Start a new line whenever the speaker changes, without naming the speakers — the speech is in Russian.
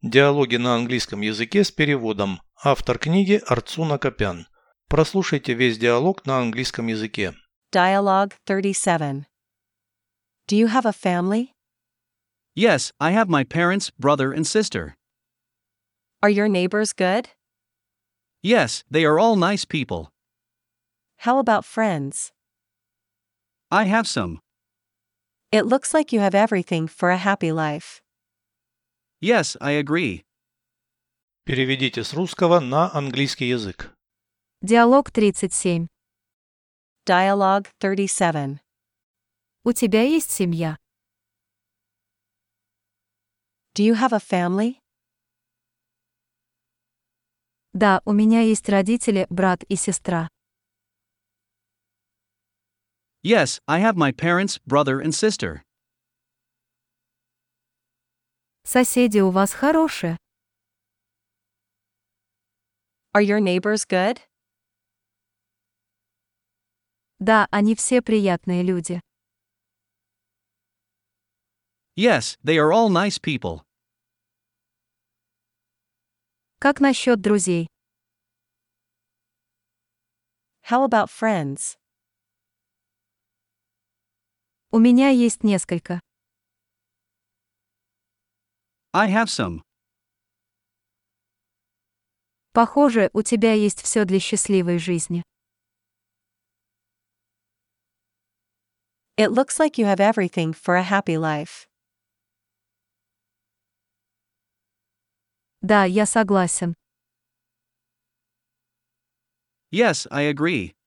Диалоги на английском языке с переводом. Автор книги Арцуна Копян. Прослушайте весь диалог на английском языке.
Dialogue 37. Do you have a family?
Yes, I have my parents, brother, and sister.
Are your neighbors good?
Yes, they are all nice people.
How about friends?
I have some.
It looks like you have everything for a happy life.
Yes, I agree.
Переведите с русского на английский язык.
Диалог 37.
Dialogue 37.
У тебя есть семья?
Do you have a family?
Да, у меня есть родители, брат и сестра.
Yes, I have my parents, brother, and sister.
Соседи у вас хорошие?
Are your neighbors good?
Да, они все приятные люди.
Yes, they are all nice people.
Как насчет друзей?
How about friends?
У меня есть несколько.
I have some.
Похоже, у тебя есть все для счастливой жизни.
It looks like you have everything for a happy life.
Да, я согласен.
Yes, I agree.